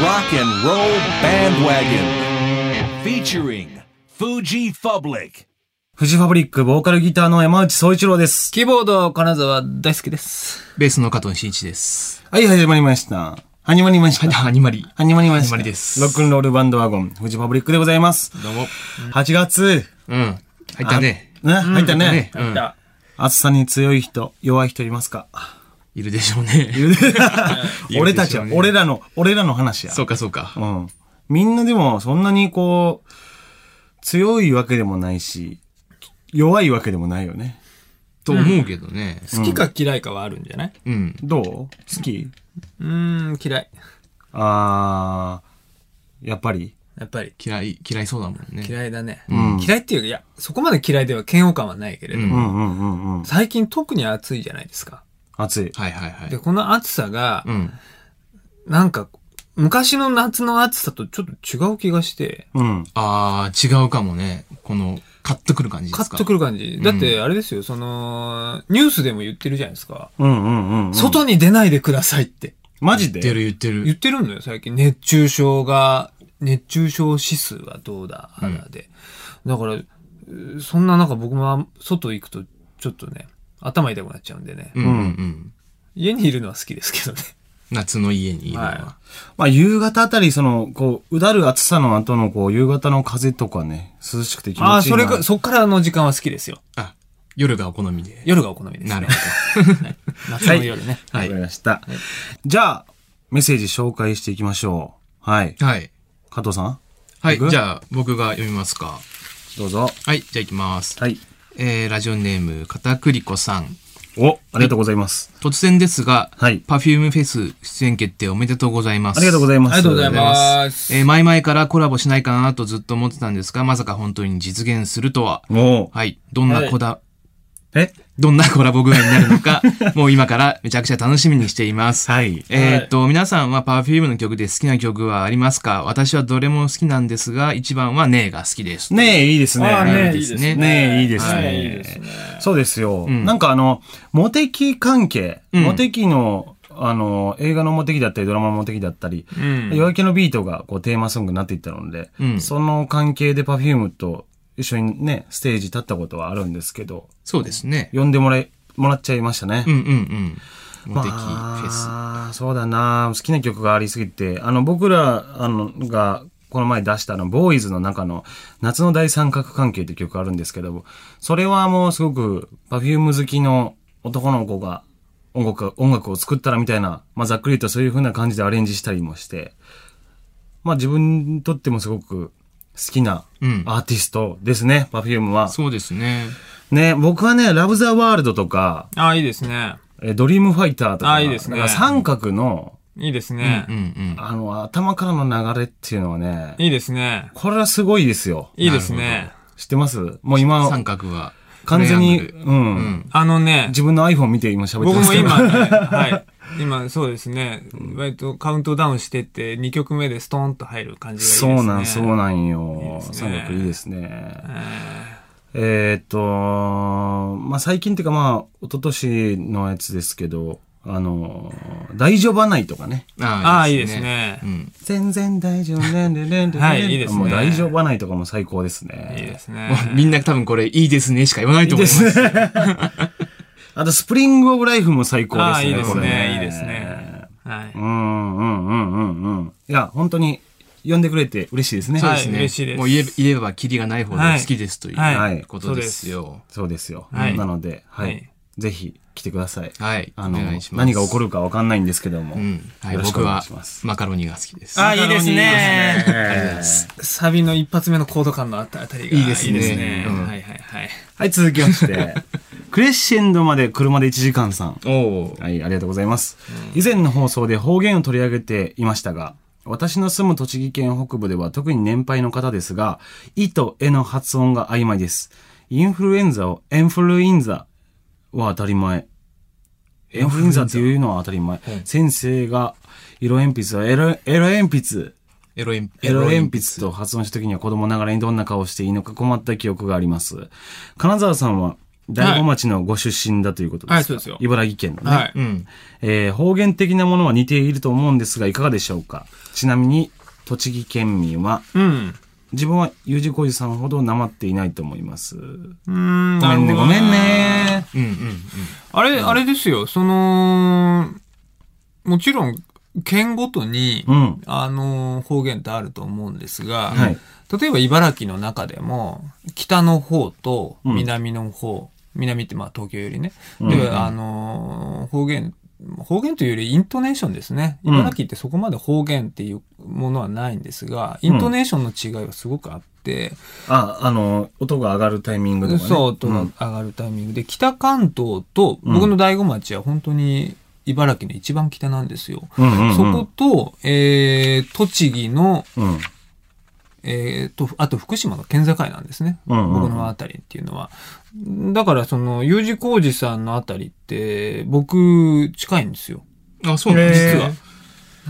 rock and roll bandwagon. Featuring Fuji Public. フジファブリック、ボーカルギターの山内総一郎です。キーボード、金沢大好きです。ベースの加藤慎一です。はい、始まりました。始まりました。アニマリ。始まりました。始まりですロックンロールバンドワゴン、フジファブリックでございます。どうも。 8月。うん。入ったね。ね、入ったね。うん。暑さに強い人、弱い人いますかいるでしょうね。俺たちは、いるでしょうね俺らの、俺らの話や。そうかそうか。うん。みんなでも、そんなにこう、強いわけでもないし、弱いわけでもないよね。と思うけどね。好きか嫌いかはあるんじゃないうん。どう好きうーん、嫌い。あー、やっぱり。やっぱり。嫌い、嫌いそうだもんね。嫌いだね。嫌いっていうか、いや、そこまで嫌いでは嫌悪感はないけれど、うんうんうんうんうん。最近特に暑いじゃないですか。暑い。はいはいはで、い。この暑さが、うん。なんか、昔の夏の暑さとちょっと違う気がして、うん。あー、違うかもね。この、カッとくる感じでカすか。ッとくる。る感じ。だって、あれですよ、その、ニュースでも言ってるじゃないですか。うんうんうんうん。外に出ないでくださいって。マジで言ってる言って言っる。てるんだよ、最近。熱中症が、熱中症指数はどうだ、肌で。だからうー、そんな中僕もあ外行くと、ちょっとね、頭痛くなっちゃうんでね。うんうんうん。家にいるのは好きですけどね。夏の家にいるのはは。まあ、夕方あたり、その、こう、うだる暑さの後の、こう、夕方の風とかね、涼しくて気持ちいいな。ああ、それか、そっからの時間は好きですよ。あ、夜がお好みで。夜がお好みです、ね。なるほ夏の夜ね。ど。はわかりい。ました。じゃあ、メッセージ紹介していきましょう。はい。はい。加藤さんはい僕。じゃあ、僕が読みますか。どうぞ。はい。じゃあ行きます。はい。えー、ラジオネーム、片栗子さん。お、ありがとうございます。突然ですが、はいパフュームフェス出演決定おめでとうございます。ありがとうございます。ありがとうございす。ます。えー前々からコラボしないかなとずっと思ってたんですが、まさか本当に実現するとは。おうはい。どんなこだ、えどんなコラボ具合になるの か、もう今からめちゃくちゃ楽しみにしています。はい。えーっと、皆さんは Perfume の曲で好きな曲はありますか私はどれも好きなんですが、一番はねえが好きです。ねえ、いいですね。ああねえいいですねねえ、いいですはいいいねです。そうですよ。んなんかあの、モテキ関係、うんモテキの、あの、映画のモテキだったり、ドラマのモテキだったり、うん夜明けのビートがこうテーマソングになっていったので、うんその関係で Perfume と一緒にね、ステージ立ったことはあるんですけど、そうですね。呼んでもらえ、もらっちゃいましたね。うんうんうん。モテキフェス。まあ、そうだな好きな曲がありすぎて、あの、僕ら、あの、が、この前出したあの、ボーイズの中の、夏の大三角関係って曲があるんですけど、それはもうすごく、パフューム好きの男の子が、音楽、音楽を作ったらみたいな、まあ、ざっくり言うとそういう風な感じでアレンジしたりもして、まあ、自分にとってもすごく好きなうんアーティストですね、パフュームは。そうですね。ね、僕はね、ラブザワールドとか、ああ、いいですね。えードリームファイターとか、あいいですねだから三角の、いいですうんうね。ん。あの、頭からの流れっていうのはね、いいですね。これはすごいですよ。いいですね。知ってますもう今、三角は。完全に、トライアングう。ルうんん。あのね、自分の iPhone 見て今喋って僕ますもけど。 今、ね、はい。今、そうですね。割とカウントダウンしてって、2曲目でストーンと入る感じがいいですね。そうなん、そうなんいいでよ。すね三角いいですね。ええーっと、まあ、最近っていうかまあ、一昨年のやつですけど、あの、大丈夫はないとかね。ーあああ、いいです。ねう。ん。全然大丈夫ねんでねんでねん。 はいいいですねもう大丈夫はないとかも最高ですね。いいですねも。うみんな多分これいいですねしか言わないと思い ます。 あと、スプリングオブライフも最高ですあね。あ、いいでこすれね。いいですね。はい。うん、うん、うん、うん、うん。いや、本当に、呼んでくれて嬉しいですね。そうですはいね。嬉しいですもう言え言えばキリがない方が好きですという、はいはいことですよ。そうですよ。はいなので、はい。はいぜひ、来てください。はい。あおの願いしま何す。が起こるるかわかんないんですけども。うん。はい。よろしく僕お願いはしますマカロニが好きです。ああ、いいですね。ありがとうござ いますサビの一発目のコード感のあたりが。いいですねうんはいはいはい。はい、続きま して、クレッシェンドまで車で1時間さん。おおー。はい、ありがとうございます。以前の放送で方言を取り上げていましたが、私の住む栃木県北部では特に年配の方ですが、いとえの発音が曖昧です。インフルエンザをエンフルインザは当たり前。エンフルエンザっていうのは当たり前。先生が色鉛筆はエロ、エロ鉛筆。エロエンエロ鉛筆と発音した時には子供ながらにどんな顔をしていいのか困った記憶があります。金沢さんは大子町のご出身だということですか、はいそうですよ茨城県のね、はい。うん。えー方言的なものは似ていると思うんですが、いかがでしょうかちなみに、栃木県民は、うん。自分は U 字工事さんほどなまっていないと思います。うん。ごめんね、ごめんね。うんうん。あれ、あれですよ、その、もちろん、県ごとに、うんあのー、方言ってあると思うんですが、はい例えば茨城の中でも、北の方と南の方、南ってまあ東京よりね、で、あのー、方言、方言というよりイントネーションですね。ん茨城ってそこまで方言っていうものはないんですが、イントネーションの違いはすごくあって、あ、あの、音が上がるタイミングとかね。そう、音が上がるタイミングで、北関東と、僕の大子町は本当に茨城の一番北なんですよ。うんうんうんそこと、えー、栃木の、うん。えー、と、あと福島の県境なんですね。うんうんうん僕のあたりっていうのは。だから、その、U 字工事さんのあたりって、僕、近いんですよ。あ、そうなんです実か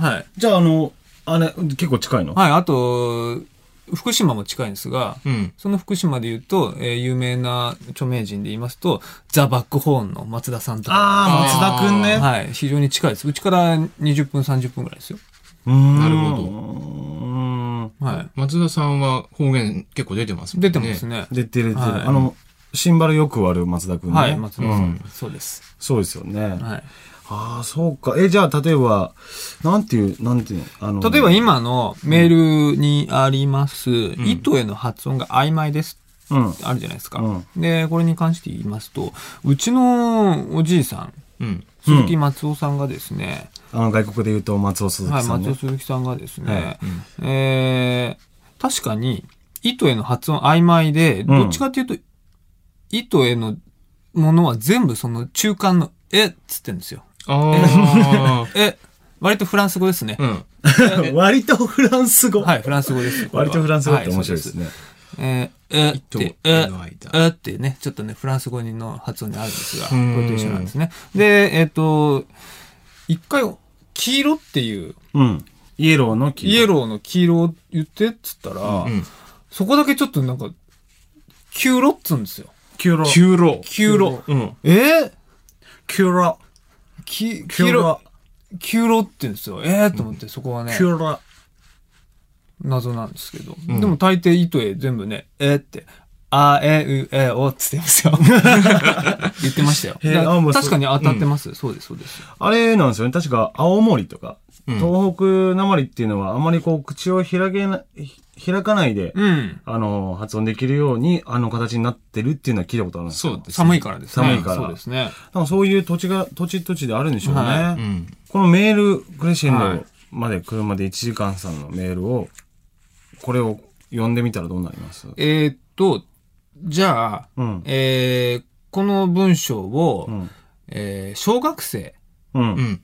は。。はい。じゃあ、あの、あれ、結構近いのはい、あと、福島も近いんですが、うん。その福島で言うと、えー有名な著名人で言いますと、ザ・バックホーンの松田さんとか。ああ、松田くんね。はい、非常に近いです。うちから20分、30分ぐらいですよ。ななるほどど。は松田さんは方言結構出てますい。もんね。出てます。ね。出てる出てる。はいあの、シンバルよく割る松田くんね。はい、松田さん。うんそうです。そうですよね。はい。ああ、そうか。え、じゃあ、例えば、なんていう、なんていうの、あの、例えば、今のメールにあります、糸への発音が曖昧です。うん。あるじゃないですか、うで、これに関して言いますと、うちのおじいさん、うん。鈴木松尾さんがですね、あの、外国で言うと、松尾鈴は木い、さん、松ね尾鈴木さんがですね、はいえー確かに、糸への発音曖昧で、どっちかっていうと、糸へのものは全部その中間の、えっつってんですよ。あ え、割とフランス語ですね。あ。う ん。割とフランス語。はい、フランス語です。これは割とフランス語って面白いではすね。そうえーえっ糸て、えへの間えってね、ちょっとね、フランス語の発音にあるんですが、うこんれと一緒なんですね。で、えっ、と、一回、黄色っていう、うん。イエローの木。イエローの黄色を言ってっつったら、うん。そこだけちょっとなんか、キューロっつうんですよ。キュロ。キュ九郎。キューロ。うん。えー、ロ。きキキュューロロ。。キューロって言うんですよ。えー、と思って、そこはね、キュロ。謎なんですけど。でも大抵糸へ全部ね、えーって、あえうえおっつってますよ。言ってましたよ。へーだからあもうそう確かに当たってます、そうです、そうです。あれなんですよね。確か、青森とか、東北なまりっていうのは、あまりこう、口を開けな、ひ開かないで、うん。あの、発音できるように、あの形になってるっていうのは聞いたことあるんですそうよ。です、ね。寒いからですね。寒いからそうですね。そう。そういう土地が、土地土地であるんでしょうね。はうん。このメール、クレシェはンいドまで車で1時間さんのメールを、これを読んでみたらどうなりますえーっと、じゃあ、うんえーこの文章を、んえー小学生、うん。う。うんん。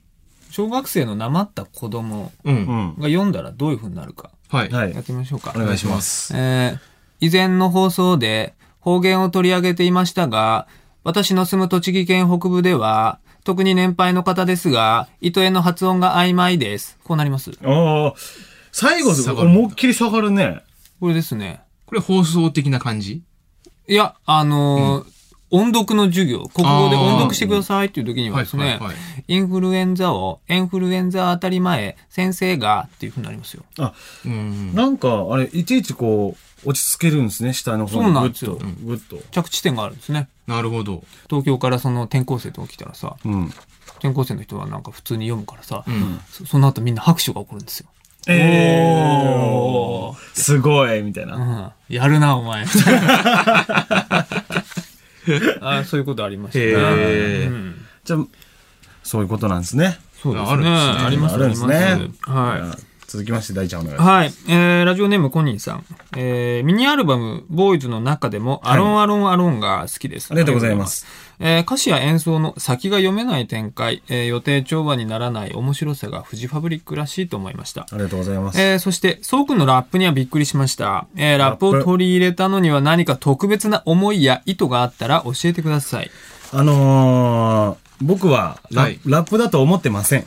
小学生のなまった子供う。うんん。が読んだらどういう風になるか、はい。はいやっ。てみましょうか。お願いします。えー以前の放送で方言を取り上げていましたが、私の住む栃木県北部では、特に年配の方ですが、糸への発音が曖昧です。こうなります。ああ、最後下がるんだ思いっきり下がるね。これですね。これ放送的な感じいや、あのー音読の授業、国語で音読してくださいっていう時にはですはねいはいはい、インフルエンザを、インフルエンザ当たり前、先生がっていう風になりますよ。あ、うん。なんか、あれ、いちいちこう、落ち着けるんですね、下の方に。そうなんですよぐっと。ぐっと。着地点があるんですね。なるほど。東京からその転校生とか来たらさ、うん。転校生の人はなんか普通に読むからさ、んそその後みんな拍手が起こるんですよ。えーすごいみたいな。うん。やるな、お 前。みたいなあそういうことありましたね。へえ。じゃあ、そういうことなんですね。そうですね。あるんですねありますあるんですねありますはい。い。続きまして、大ちゃんお願いします。はい。えー、ラジオネームコニーさん。えー、ミニアルバム、ボーイズの中でも、アロンアロンアロンが好きです。ありがとうございますありがとうございます。えー、歌詞や演奏の先が読めない展開、えー予定調和にならない面白さがフジファブリックらしいと思いました。ありがとうございます。えー、そして、そうくんのラップにはびっくりしました。えー、ラップラをップ取り入れたのには何か特別な思いや意図があったら教えてください。あのー、僕はラ,、はいラップだと思ってません。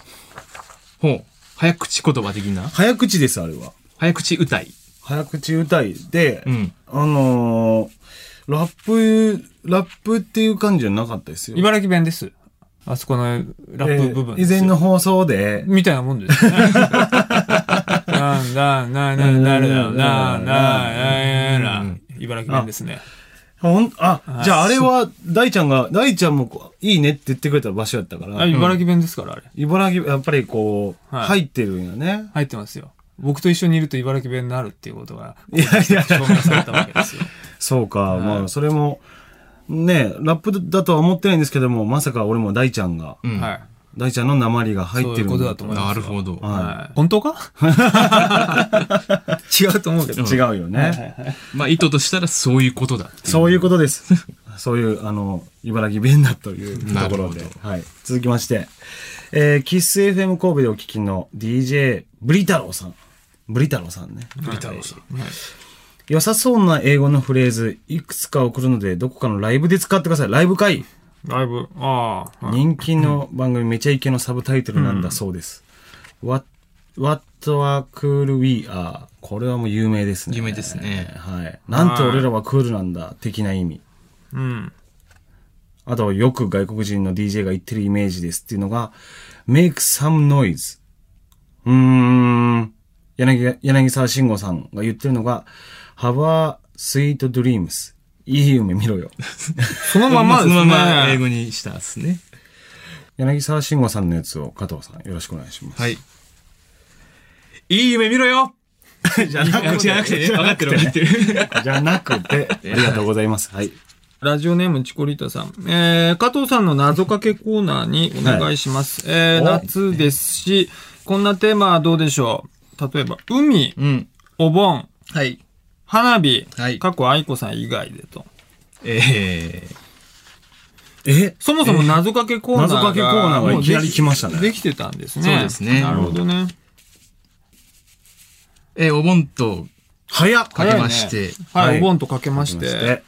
ほう。早口言葉的な早口です、あれは。早口歌い。早口歌いで、うんあのー、ラップ、ラップっていう感じじゃなかったですよ。茨城弁です。あそこのラップ部分えーで以すよ。前の放送で、みたいなもんです。なんだ、な、な、な、な、な、な、な、な、な、茨城弁ですね。ほん、あ、じゃああれは、大ちゃんが、大ちゃんもこういいねって言ってくれた場所やったかあ、ら、茨城弁ですから、あれ。茨城、やっぱりこう、はい入ってるんやね。入ってますよ。僕と一緒にいると茨城弁になるっていうことが、いやいや証明されたわけですよ。そうか、まあ、それも、ねラップだとは思ってないんですけども、まさか俺も大ちゃんが、うんはい。大ちゃんの鉛が入そっうているうんことだと思いまなす。るほど。はい。本当か違うと思うけど。違うよね。まあ、意図としたらそういうことだっていう。そういうことです。 そういう、あの、茨城弁だというところでなる。はい。続きまして、えー、キッス FM 神戸でお聞きの DJ ブリ太郎さん。ブリ太郎さんね。リタロウさん。良さそうな英語のフレーズ、いくつか送るので、どこかのライブで使ってください。ライブ会ライブ、ああ。はい人気の番組、めちゃイケのサブタイトルなんだそうです。What, What are cool we are? これはもう有名ですね。有名ですねはい。なんて俺らはクールなんだ、的な意味。うん。あと、よく外国人の DJ が言ってるイメージですっていうのが、make some noise。うーん。柳柳沢慎吾さんが言ってるのが、have a sweet dreams。いい夢見ろよ。 そのままでそすね。のまま英語にしたんですね。柳沢慎吾さんのやつを加藤さんよろしくお願いします。はい。いい夢見ろよ じゃなくて。じゃなくて ね。分かってる分かってる。じゃなく て、ありがとうございます。はい。ラジオネームチコリータさん。えー、加藤さんの謎かけコーナーにお願いします。えおー、夏ですし、こんなテーマはどうでしょう例えば、海、うん。お盆、はい。花火、はい過去愛子さん以外でと。ええそもそも謎かけコーナーが、謎かけコーナーがいきなり来ましたねもうできできてたんですね。そうですねなるほどね。ー、えー、お盆と早っかけまして、はい、はいお盆とかけまして。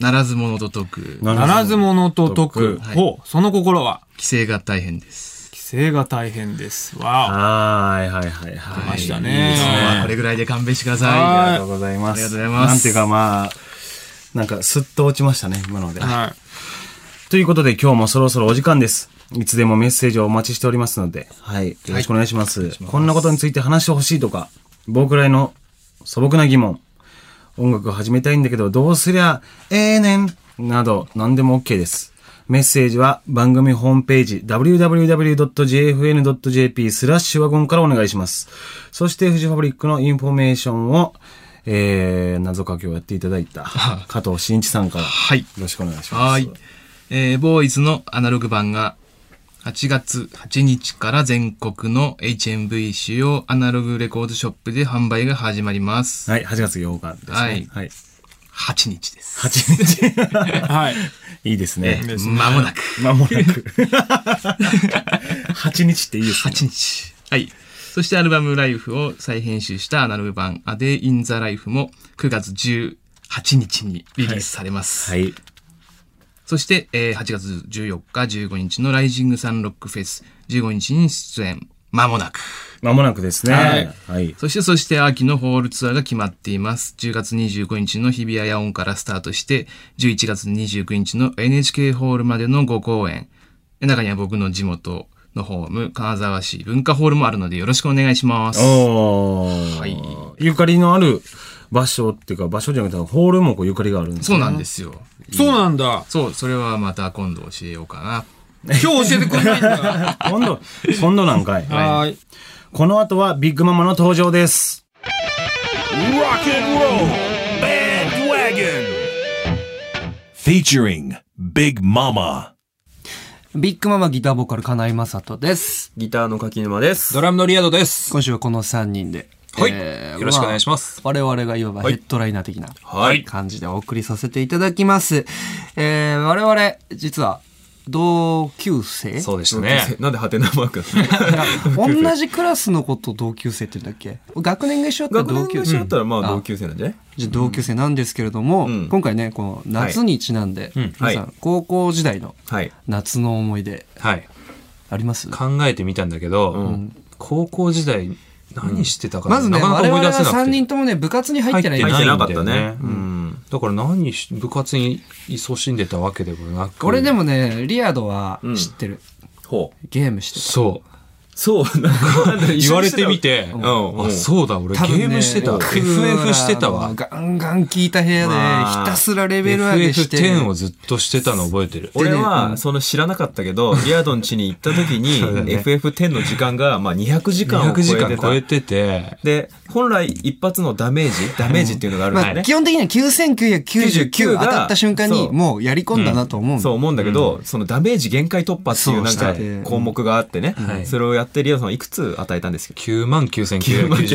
ならず者と解く、ならず者と解く。はいほう、その心は、規制が大変です。規制が大変です。わはーい、はい、はい、はい。来ましたねはいいいですまあこれぐらいで勘弁してくだはさい。ありがとうございます。ありがとうございますなんていうかまあ、なんかすっと落ちましたね、今のでお。。はい。ということで今日もそろそろお時間です。いつでもメッセージをお待ちしておりますので、はい。よろしくお願いします。こんなことについて話してほしいとか、僕らへの素朴な疑問、音楽を始めたいんだけどどうすりゃええねんなど何でも OK です。メッセージは番組ホームページ www.jfn.jp スラッシュワゴンからお願いします。そしてフジファブリックのインフォメーションを、えー、謎かけをやっていただい た加藤慎一さんからよはい。ろしくお願いします。はい。えー、ボーイズのアナログ版が8月8日から全国の HMV 主要アナログレコードショップで販売が始まります。はい、8月8日ですね。はいはい。 8日です。 8日。 はい。いいですね。まもなく。まもなく。8日っていいですね。 8日。はい。そしてアルバムライフを再編集したアナログ版 A Day in the Life も9月18日にリリースされます。はい。そして、えー8月14日、15日のライジングサンロックフェス15日に出演。まもなく。まもなくですね。はいはい。そして、そして秋のホールツアーが決まっています。10月25日の日比谷野音からスタートして、11月29日の NHK ホールまでの5公演。中には僕の地元のホーム、金沢市文化ホールもあるのでよろしくお願いします。おー。はいゆかりのある場所っていうか、場所じゃなくて、ホールもこうゆかりがあるんです。そうなんですすよ。そうなんだ。そう、それはまた今度教えようかな。今日教えてくれないん だ。今度、今度なんかい。はーい。この後はビッグママの登場です。 Rock and roll bandwagon. Featuring Big Mama. ビッグママギターボーカル、金井正人です。ギターの柿沼です。ドラムのリアドです。今週はこの3人で。はいえーよろしくお願いしますあ我々がいわばヘッドライナー的なはい感じでお送りさせていただきます。えー我々、実は、同級生そうでしたね。なんでハテナマーク 同じクラスのこと同級生って言うんだっけ学年が一緒だった学ら同年が級一緒生。だったらまああ同級生なんじゃないじゃあ同級生なんですけれども、うん今回ね、この夏にちなんで、皆さはん、高校時代のはい。夏の思い出、はい。あります考えてみたんだけど、高校時代何してたかな、まずね、なかなか我思々いは出せなくて。 3人ともね、部活に入ってないんですよ入ってなかった入ってないんだよねね。うん。だから何し部活に勤しんでたわけでもなく俺でもね、リアドは知ってる。ほう。ゲームしてそうそう、なんか、言われてみて、ううんん。あそうだ俺た。多分ねゲームしてたわクーラー FF してたわのガンガン聞いた部屋で、まあひたすらレベル上げして。 FF10 をずっとしてたの覚えてる俺は、その知らなかったけど、リアドン家に行った時に、FF10 の時間が、まあ200時間200を超時えて間た超。えててで、本来一発のダメージ、ダメージっていうのがあるんだまよあ、ね。基本的には9999当たった瞬間そに、うもうやり込んだなと思う。そう思うんだけど、そのダメージ限界突破っていうなんそうかして項目があってね、いそれをやってリアさんはいくつ与えたんですけど。 9万9999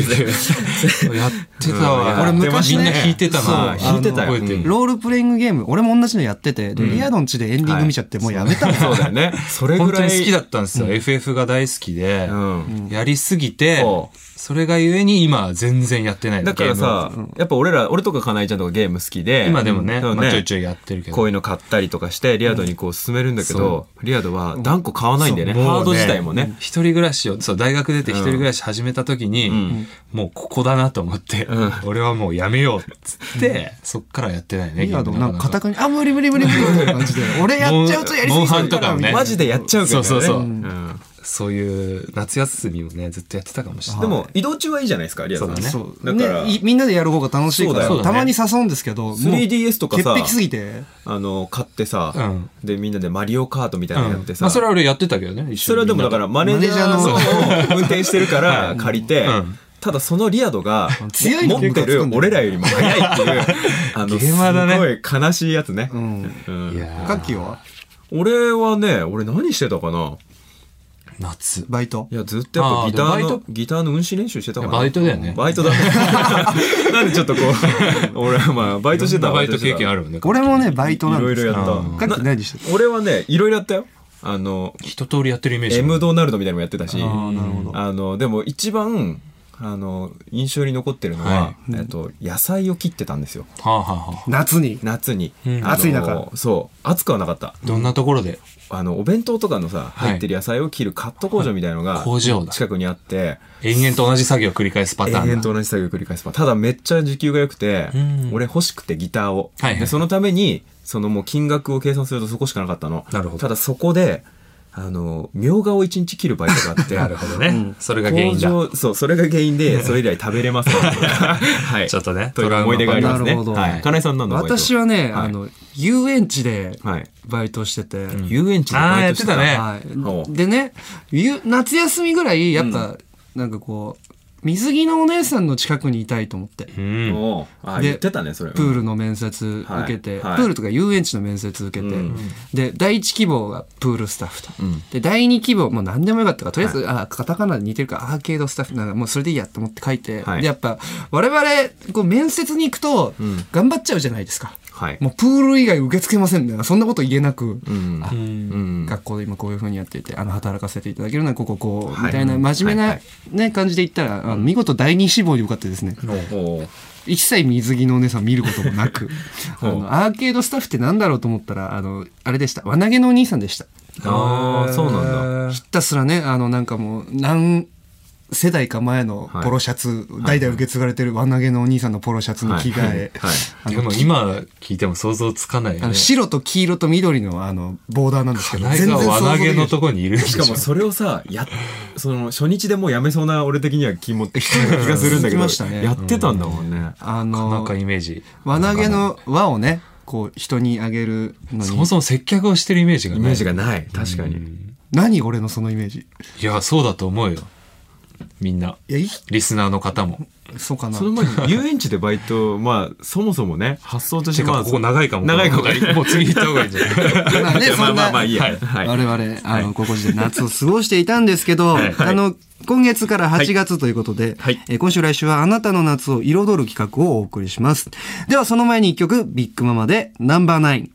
やってたわ俺昔ねみんな弾いてたなそう弾いてたよ覚えてるロールプレイングゲーム、俺も同じのやってて、でリアドンチでエンディング見ちゃって、もうやめたの。そうだよね。 それぐ本当らにい。好きだったんですよ、FF が大好きで、うんやりすぎてそそれがゆえに今全然やってないだからさ、やっぱ俺ら、俺とかかなえちゃんとかゲーム好きゲで。ーム今でもね,、そうまあ、ちょいちょいやってるけどこういうの買ったりとかして、リアドにこう進めるんだけど、リアドは断固買わないんだよね。もうねハード自体もね。一人暮らしをそう大学出て一人暮らし始めた時に、んもうここだなと思って、俺はもうやめようっつって、そっからやってないねリアドンなんゲームなかなか、固くに、あ、無理無理無理無理みたいな感じで、俺やっちゃうとやりすモンぎちゃうから、ハンとかもみたねいな。マジでやっちゃうからね。そうそうそうんかそういう夏休みもねずっとやってたかもしれなでいも、移動中はいいじゃないですか、リアドね。そう。だからね、いみんなでやる方が楽しいから、そうだよたまに誘うんですけど、もう 3DS とかさ潔癖すぎて。あの、買ってさ、うんで、みんなでマリオカートみたいなのやってまさ、あ、それは俺やってたけどね一緒にそれはでもだからマネージャーマネの運転してるから借りて、うんただそのリアドが強い持のってる俺らよりも早いって いう、あの、ゲーマーだねすごい悲しいやつね。うん。うんいやカーッキーは俺はね、俺何してたかな夏バイトい。や、ずっとやっあぱーギターでもバのイ、ギターの運指練習してたかな。バイトだよねバイトだ。 なんでちょっとこう、俺はまあ、バイトしてたバイト経験ある。るもんね俺もね、バイトなんいろでいすろやよ。っうんカッキーた。何してた俺はね、いろいろやったよ。あの、一通りやってるイメージエあるムドナルドみたいなのもやってたし、ーなるほどあの、でも一番、あの、印象に残ってるのは、はえっと、野菜を切ってたんですよ。はあ、はあは夏に。夏に。うんあの暑い中。そう。暑くはなかった。あ、どんなところであの、お弁当とかのさ、はい入ってる野菜を切るカット工場みたいなのが、工場だ近くにあって、延々と同じ作業を繰り返すパ永ターンだ遠と同じ作業を繰り返す。ただめっちゃ時給が良くてうん、俺欲しくてギターを。はいはいで、そのために、そのもう金額を計算するとそこしかなかったの。なるほどただそこで、あの、みょうがを一日切るバイトがあって、なるほどね、それが原因だ工場そう、それが原因で、それ以来食べれません。はい。 ちょっとねという思い出がありますね。トラウマがはい。金井さんなんの私は、はね、はあいの、遊園地ではい。バイトしてて、遊園地でバイトしてた。あーやってたねほはうい。でね、ゆ夏休みぐらい、やっぱ、なんかこう、水着のお姉さんの近くにいたいと思って。うんおうあ、で言ってたね、それ。プールの面接受けて、はいはいプールとか遊園地の面接受けて、で、第一希望がプールスタッフと。で、第二希望、もう何でもよかったから、とりあえず、あ、カタカナで似てるから、アーケードスタッフなんか、もうそれでいいやと思って書いて、はいで、やっぱ、我々、こう、面接に行くと、頑張っちゃうじゃないですか。はい。もうプール以外受け付けませんみたいな、そんなこと言えなく、うんあうん。学校で今こういうふうにやっていてあの働かせていただけるのはこここうはいみたいな真面目はいなは、ね、感じで言ったらあの見事第二志望に受かってですねおう一切水着のお姉さん見ることもな くあほうのアーケードスタッフってなんだろうと思ったらあのあれでした輪投げのお兄さんでしたああ、そうなんだ。ひたすらねあのなんかもう何世代か前のポロシャツ、代々受け継がれてる輪投げのお兄さんのポロシャツに着替え、はい。あでのも今聞いても想像つかないよあのね。白と黄色と緑のあのボーダーなんですけど金沢輪投げのしとこにいるんでししかょもそれをさ、や、その、初日でもうやめそうな俺的には気も、気がするんだ続きけどました、ねやってたんだもんね。あなかのなかイメージ。輪投げの輪をねこう人にあげるのそもにそも接客をしてるイメージがイない。メージがない。確かに。何俺のそのイメージいや、そうだと思うよ。みんな。いやいリスナーの方も。そうかなその前に遊園地でバイト、まあ、そもそもね、発想としててまか、あ、ここ長いかも。長いかももう次行った方がいいんじゃない まあねいやまあまあまあいいや。はい我はい。々、あの、高校時代夏を過ごしていたんですけど、はいあの、今月から8月ということで、はいえー今週来週はあなたの夏を彩る企画をお送りします。ではその前に一曲、ビッグママでナンバーナイン。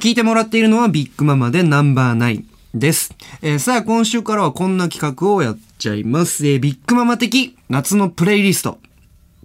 聞いてもらっているのはビッグママでナンバーナインです。えーさあ今週からはこんな企画をやっちゃいます。えービッグママ的夏のプレイリスト。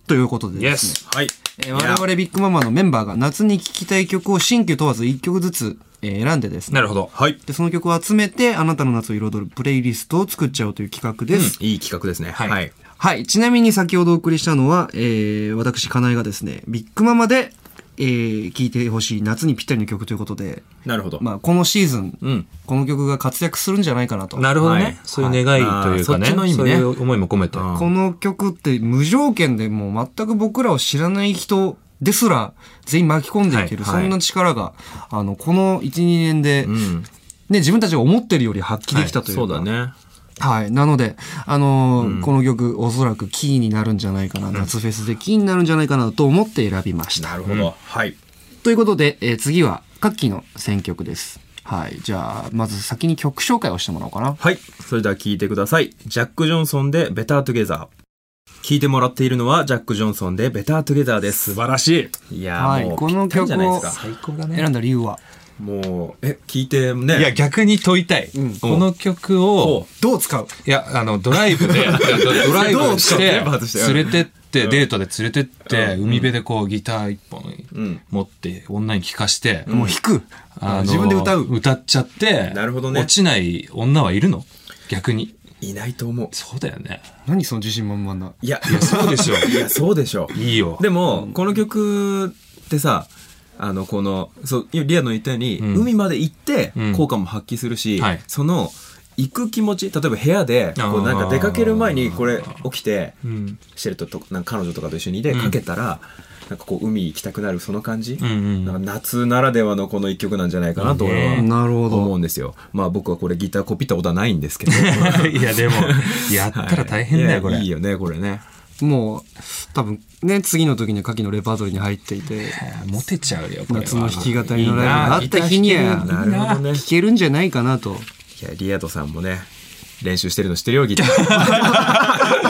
ということでですね。はい。えー我々ビッグママのメンバーが夏に聴きたい曲を新旧問わず1曲ずつ、えー選んでですねなるほど。はい。で、その曲を集めて、あなたの夏を彩るプレイリストを作っちゃおうという企画です。いい企画ですね。はいはい。はい。ちなみに先ほどお送りしたのは、えー、私、金井がですね、ビッグママで、ええー聴いてほしい夏にぴったりの曲ということで、なるほど。まあ、このシーズン、うん。この曲が活躍するんじゃないかなと。なるほどね、はいそういう願いというかね。はいあーそっちの意味ねそういう思いも込めて。うんこの曲って無条件でもう全く僕らを知らない人ですら全員巻き込んでいける、はいはいそんな力が、あの、この1、2年で、うん。ね、自分たちが思ってるより発揮できたというか。そうだね。はい。なので、あのーこの曲、おそらくキーになるんじゃないかな、夏フェスでキーになるんじゃないかなと思って選びました。なるほど。はい。ということで、えー次は、各期の選曲です。はい。じゃあ、まず先に曲紹介をしてもらおうかな。はい。それでは聴いてください。ジャック・ジョンソンでベター・トゥゲザー。聴いてもらっているのはジャック・ジョンソンでベター・トゥゲザーです。晴らしい。いやー、はいもうこのぴったりじゃないですか最高だね。選んだ理由はもう、え、聴いてね。いや、逆に問いたい。この曲を、どう使ういや、あの、ドライブ で、ドライブしどうてどう外して、連れてって、デートで連れてって、海辺でこう、ギター一本持って、女に聴かして、もう弾く。あの自分で歌う。歌っちゃって、なるほどね落ちない女はいるの逆に。いないと思う。そうだよね。何その自信満々な。いや、いやそうでしょ。いや、そうでしょ。いいよ。でも、この曲ってさ、あの、この、そう、リアの言ったように、うん海まで行ってうん、効果も発揮するし、はいその、行く気持ち、例えば部屋で、あーこうなんか出かける前にこれ起きて、うん。シェルトとなんか彼女とかと一緒にいて、うんかけたら、なんかこう海行きたくなるその感じ、うんうんなんか夏ならではのこの一曲なんじゃないかなと俺はうんなるほど思うんですよ。まあ僕はこれギターコピったことはないんですけど。 いや、で も、やったら大変だはいよ、これ。いやいいよね、これね。もう、多分ね、次の時にはカキのレパートリーに入っていて、モテちゃうよ、これは。夏の弾き語りのライブがあった日には、なるほどね。弾けるんじゃないかなと。いや、リアドさんもね、練習してるの知ってるよ、ギター。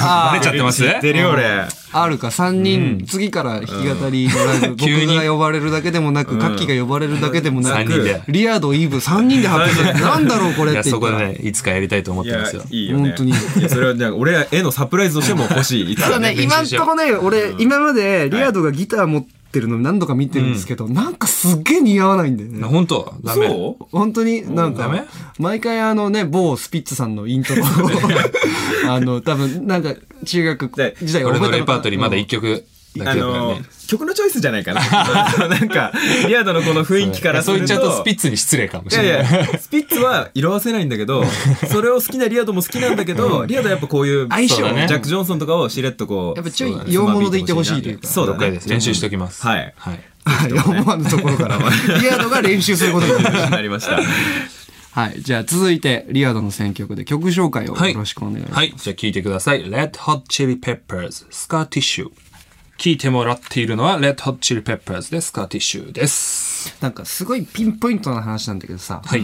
あバレちゃってます知ってるよ、俺。あるか、3人、次から弾き語りのライブ、僕急にが呼ばれるだけでもなく、カッキーが呼ばれるだけでもな三人でく、リアード、イーブ、3人で発表する。なんだろう、これいっや、て言そっこたらでね、いつかやりたいと思ってますよ。いい本当にいや、それはね、俺は絵のサプライズとしても欲しい。ただね、今んしよとこね、俺、今までリアードがギター持ってるの何度か見てるんですけど、なんかすっげえ似合わないんだよね。本当ダメ。そ本当になんダメか、毎回あのね、某スピッツさんのイント ロを、あの、多分なんか中学で時代俺のレパートリーまだい一曲だあけだからのね。、曲のチョイスじゃないかな。なんか、リアドのこの雰囲気からすそうる言と。っちゃうとスピッツに失礼かもいしれない。やいや、スピッツは色あせないんだけど、それを好きなリアドも好きなんだけど、リアドはやっぱこういう、相性そうだねねジャック・ジョンソンとかをしれっとこう。やっぱちょそうだいね洋物でいてほしいというか。そうだ了解ねで。す。練習しておきます。はいはい。はい、思わぬとこ ろから。リアードが練習することになる。なりました。はい、じゃあ続いて、リアードの選曲で曲紹介をはいよろしくお願いします。はい。じゃあ聞いてください。Red Hot Chili Peppers Scar Tissue。聞いてもらっているのは Red Hot Chili Peppers で Scar Tissue です。なんかすごいピンポイントな話なんだけどさ、はい。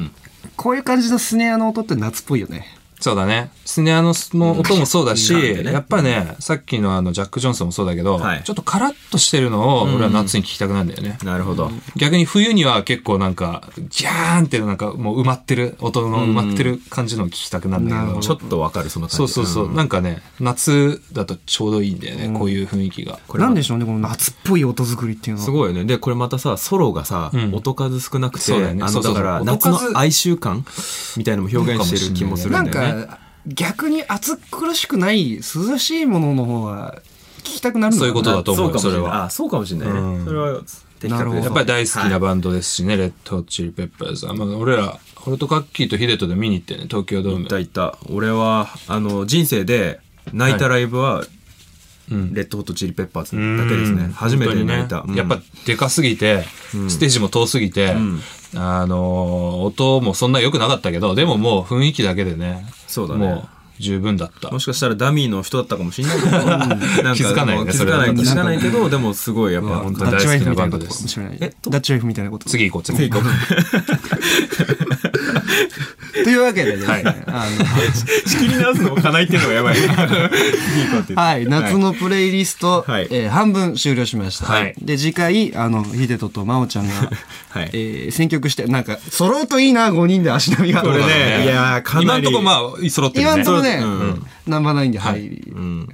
こういう感じのスネアの音って夏っぽいよね。そうだね。スネアのの音もそうだし、うんなんでねやっぱね、さっきのあのジャック・ジョンソンもそうだけど、はいちょっとカラッとしてるのを俺は夏に聞きたくなるんだよね。なるほど。逆に冬には結構なんか、ジャーンってなんかもう埋まってる、音の埋まってる感じのを聞きたくなるんだけど。ちょっとわかる、その感じ。そうそうそう、なんかね、夏だとちょうどいいんだよね、こういう雰囲気が。れはなんでしょうね、この夏っぽい音作りっていうのすは。ごいよね。で、これまたさ、ソロがさ、うん音数少なくて、そうだよねあそうそうの、だそうから、音夏数の哀愁感みたいなのも表現してる気もするなんんだよね。か、逆に暑苦しくない、涼しいものの方が聞きたくなるのかなそういうことだと思うそうかもしれそなれい。はあ、そうかもしれないうんね。それは、的なる確ほどでやっぱり大好きなバンドですしね、レッドホットチリペッパーズ。あまあ、俺ら、俺とカッキーとヒデトで見に行ってね、東京ドーいム。たいた。俺は、あの、人生で泣いたライブは、うんレッドホットチリペッパーズだけですうねん。初めて泣いた本。当にねうんやっぱ、でかすぎて、ステージも遠すぎて、あのー音もそんな良くなかったけど、でももう雰囲気だけでね、そうだねもう十分だった。もしかしたらダミーの人だったかもしれないけど、なんか気づかないよね気そづれかはない、気づかないけど、でもすごい、やっぱ、本当ダにッ大チワイ好きフなみバたンドいなことでかすも。しれない。ダッチワイフみたいなこと。次行こう、次行こう。 というわけでですね、あ 仕切り直すのもかないっていうのがやばい。の、はい、夏のプレイリスト、はいえー半分終了しました。はいで、次回、あの、ヒデトと真央ちゃんが、はいえー選曲して、なんか、揃うといいな、5人で足並みが。これね、いやーかなり。今んとこまあ、揃ってるね。今んとこね、そううんナンバーナインで入り、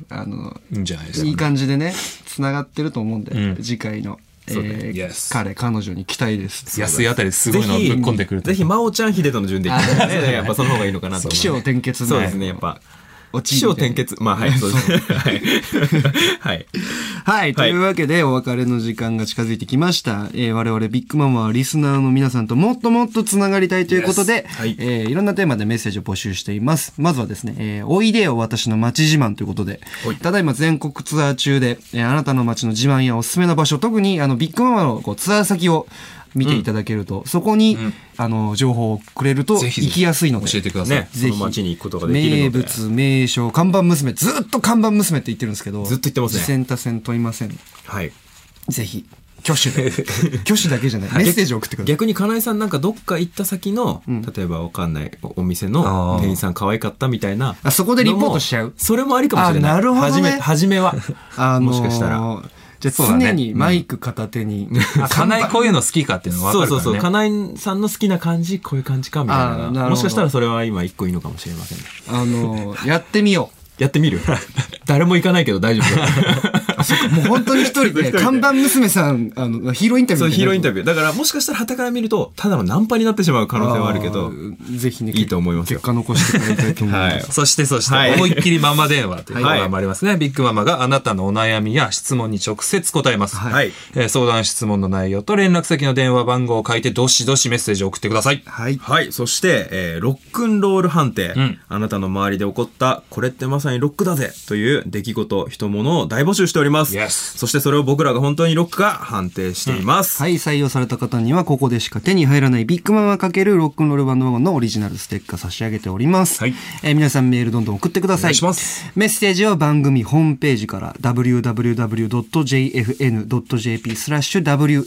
あの、いいんじゃないですかいい。感じでね、繋がってると思うんで、うん次回の、えそうだねー Yes 彼、彼女に期待です。安いあたりすごいのぶっ込んでくるとぜひ、真央ちゃん、秀人の順でいってね。やっぱその方がいいのかなと思う。起承転結ねそうですね、やっぱ。落 起承転結。まあ、はい、そうですね。はい。はい。 はい。というわけで、お別れの時間が近づいてきました。えー我々ビッグママはリスナーの皆さんともっともっとつながりたいということで、はいえーいろんなテーマでメッセージを募集しています。まずはですね、えーおいでよ私の街自慢ということで、ただいま全国ツアー中で、えーあなたの街の自慢やおすすめの場所、特にあのビッグママのこうツアー先を見ていただけると、そこに、あの、情報をくれると、ぜ行ひぜひきやすいので。教えてください。ね、そぜひの街に行くことができるの名で。物、名所、看板娘、ずっと看板娘って言ってるんですけど。ずっと言ってますねセンタセン取りません。はい。ぜひ、挙手 で。挙手だけじゃない。メッセージを送ってください。逆に金井さんなんかどっか行った先の、例えばわかんないお店の店員さん可愛かったみたいな。あそこでリポートしちゃうそれもありかもしれない。あなるほどね初め、初 めは。もしかしたら。じゃそうあだね常にマイク片手 に。あ、かなりこういうの好きかっていうのが分そかうるかそうらね。そう。金井さんの好きな感じ、こういう感じかみたいあーななるほどもしかしたらそれは今一個いいのかもしれませんね。あのー、やってみよやってみる 誰も行かないけど大丈夫。う。もう本当に一人で、看板娘さん、あの、ヒーローインタビューそう、みたいにヒーロなーイるンタビュー。だからもしかしたら旗から見ると、ただのナンパになってしまう可能性はあるけど。ーぜひね、 いいと思いますよ結果残してもらいたいと思います。はい。そしてそして、はい思いっきりママ電話というコーはいナーもありますね。ビッグママがあなたのお悩みや質問に直接答えます。はいえー相談質問の内容と連絡先の電話番号を書いて、どしどしメッセージを送ってください。はい。 はい。そして、えーロックンロール判定、んあなたの周りで起こった、これってまさにロックだぜという出来事、人物を大募集しております。 Yes そしてそれを僕らが本当にロックか判定しています。はい、採用された方にはここでしか手に入らないビッグママかけるロックンロールバンドワゴンのオリジナルステッカー差し上げております。はいえー皆さんメールどんどん送ってくだおさい。願いしますメッセージは番組ホームページから www.jfn.jp スラッシュ wagon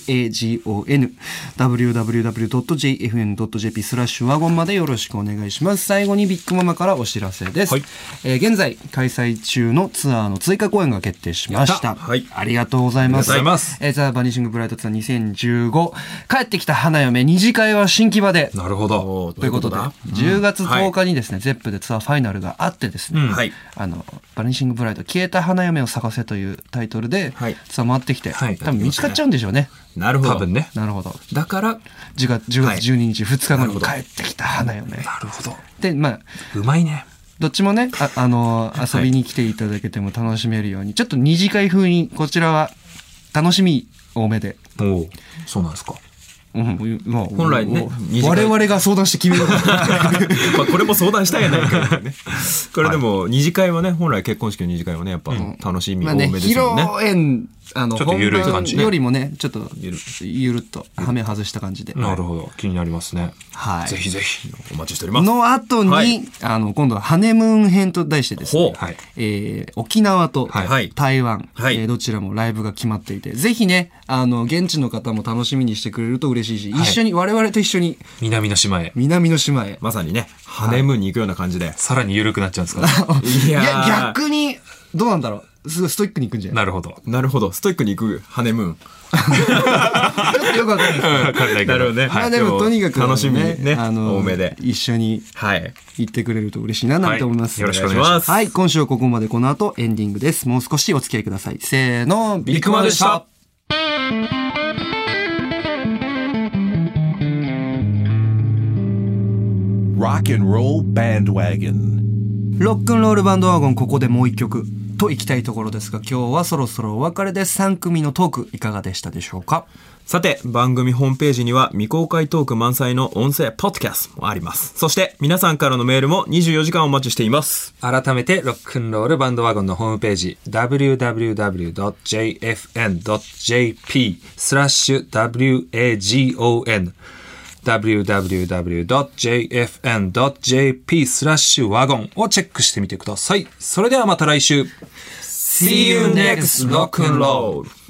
www.jfn.jp スラッシュワゴンまでよろしくお願いします。最後にビッグママからお知らせです。えー現在開催中のツアーの追加公演が決定しました。はいありがとうございまあす。りがとうございますえーザ・バニシング・ブライトツアー2015帰ってきた花嫁二次会は新規場でなるほど。おーということで、10月10日にですね、ゼップでツアーファイナルがあってですね、はいあの、バニシングブライト消えた花嫁を探せというタイトルで、はいツアー回ってきて、はい多分見つかっちゃうんでしょうね。なるほど。多分ね。なるほど。だから、 10月 ,10 はい月12日2日後に帰ってきた花嫁。なるほど。で、まあ、うまいね。どっちもね、あ、あ のー遊びに来ていただけても楽しめるように、ちょっと二次会風に、こちらは楽しみ多めで おお。そうなんですか。うん、まあ、本来ねお二次我会々が相談して決め る。 まあこれも相談したいやないかっていうね。これでも、二次会はね、本来結婚式の二次会はね、やっぱ楽しみまあ多めね、です披もんね。露宴、あの、ちょっと緩い感じね本番よりもね、ちょっと、ゆるっと、はめ外した感じで。なるほど。気になりますね。はいぜひぜひ。お待ちしております。の後に、はいあの、今度はハネムーン編と題してですね、ほうはい。えー沖縄とはい台湾、はいえーどちらもライブが決まっていて、ぜひね、あの、現地の方も楽しみにしてくれると嬉しいし、一緒に、我々と一緒に南の島へ。南の島へ。まさにね、ハネムーンに行くような感じで。さらに緩くなっちゃうんですかね。い いやー、逆に、どうなんだろう。すごいストイックに行くんじゃなないるほど。なるほど。ストイックに行くハ ネムーン。ちょっとよくわかんないです。わかんないけど。ねまあでもとにかく、楽しみね、あの多めで。一緒にはい。行ってくれると嬉しいななんて思います、はいよろしくお願いしますまはい今週はここまでこの後エンディングですもう少しお付き合いくださいせーのビビッグマンでした。 Rock and Roll Bandwagon. ロックンロールバンドワゴンここでもう一曲と行きたいところですが今日はそろそろお別れです3組のトークいかがでしたでしょうかさて、番組ホームページには未公開トーク満載の音声ポッドキャストもあります。そして、皆さんからのメールも24時間お待ちしています。改めて、ロックンロールバンドワゴンのホームページ、www.jfn.jp スラッシュ wagon www.jfn.jp スラッシュワゴンをチェックしてみてください。それではまた来週 !See you next rock and roll.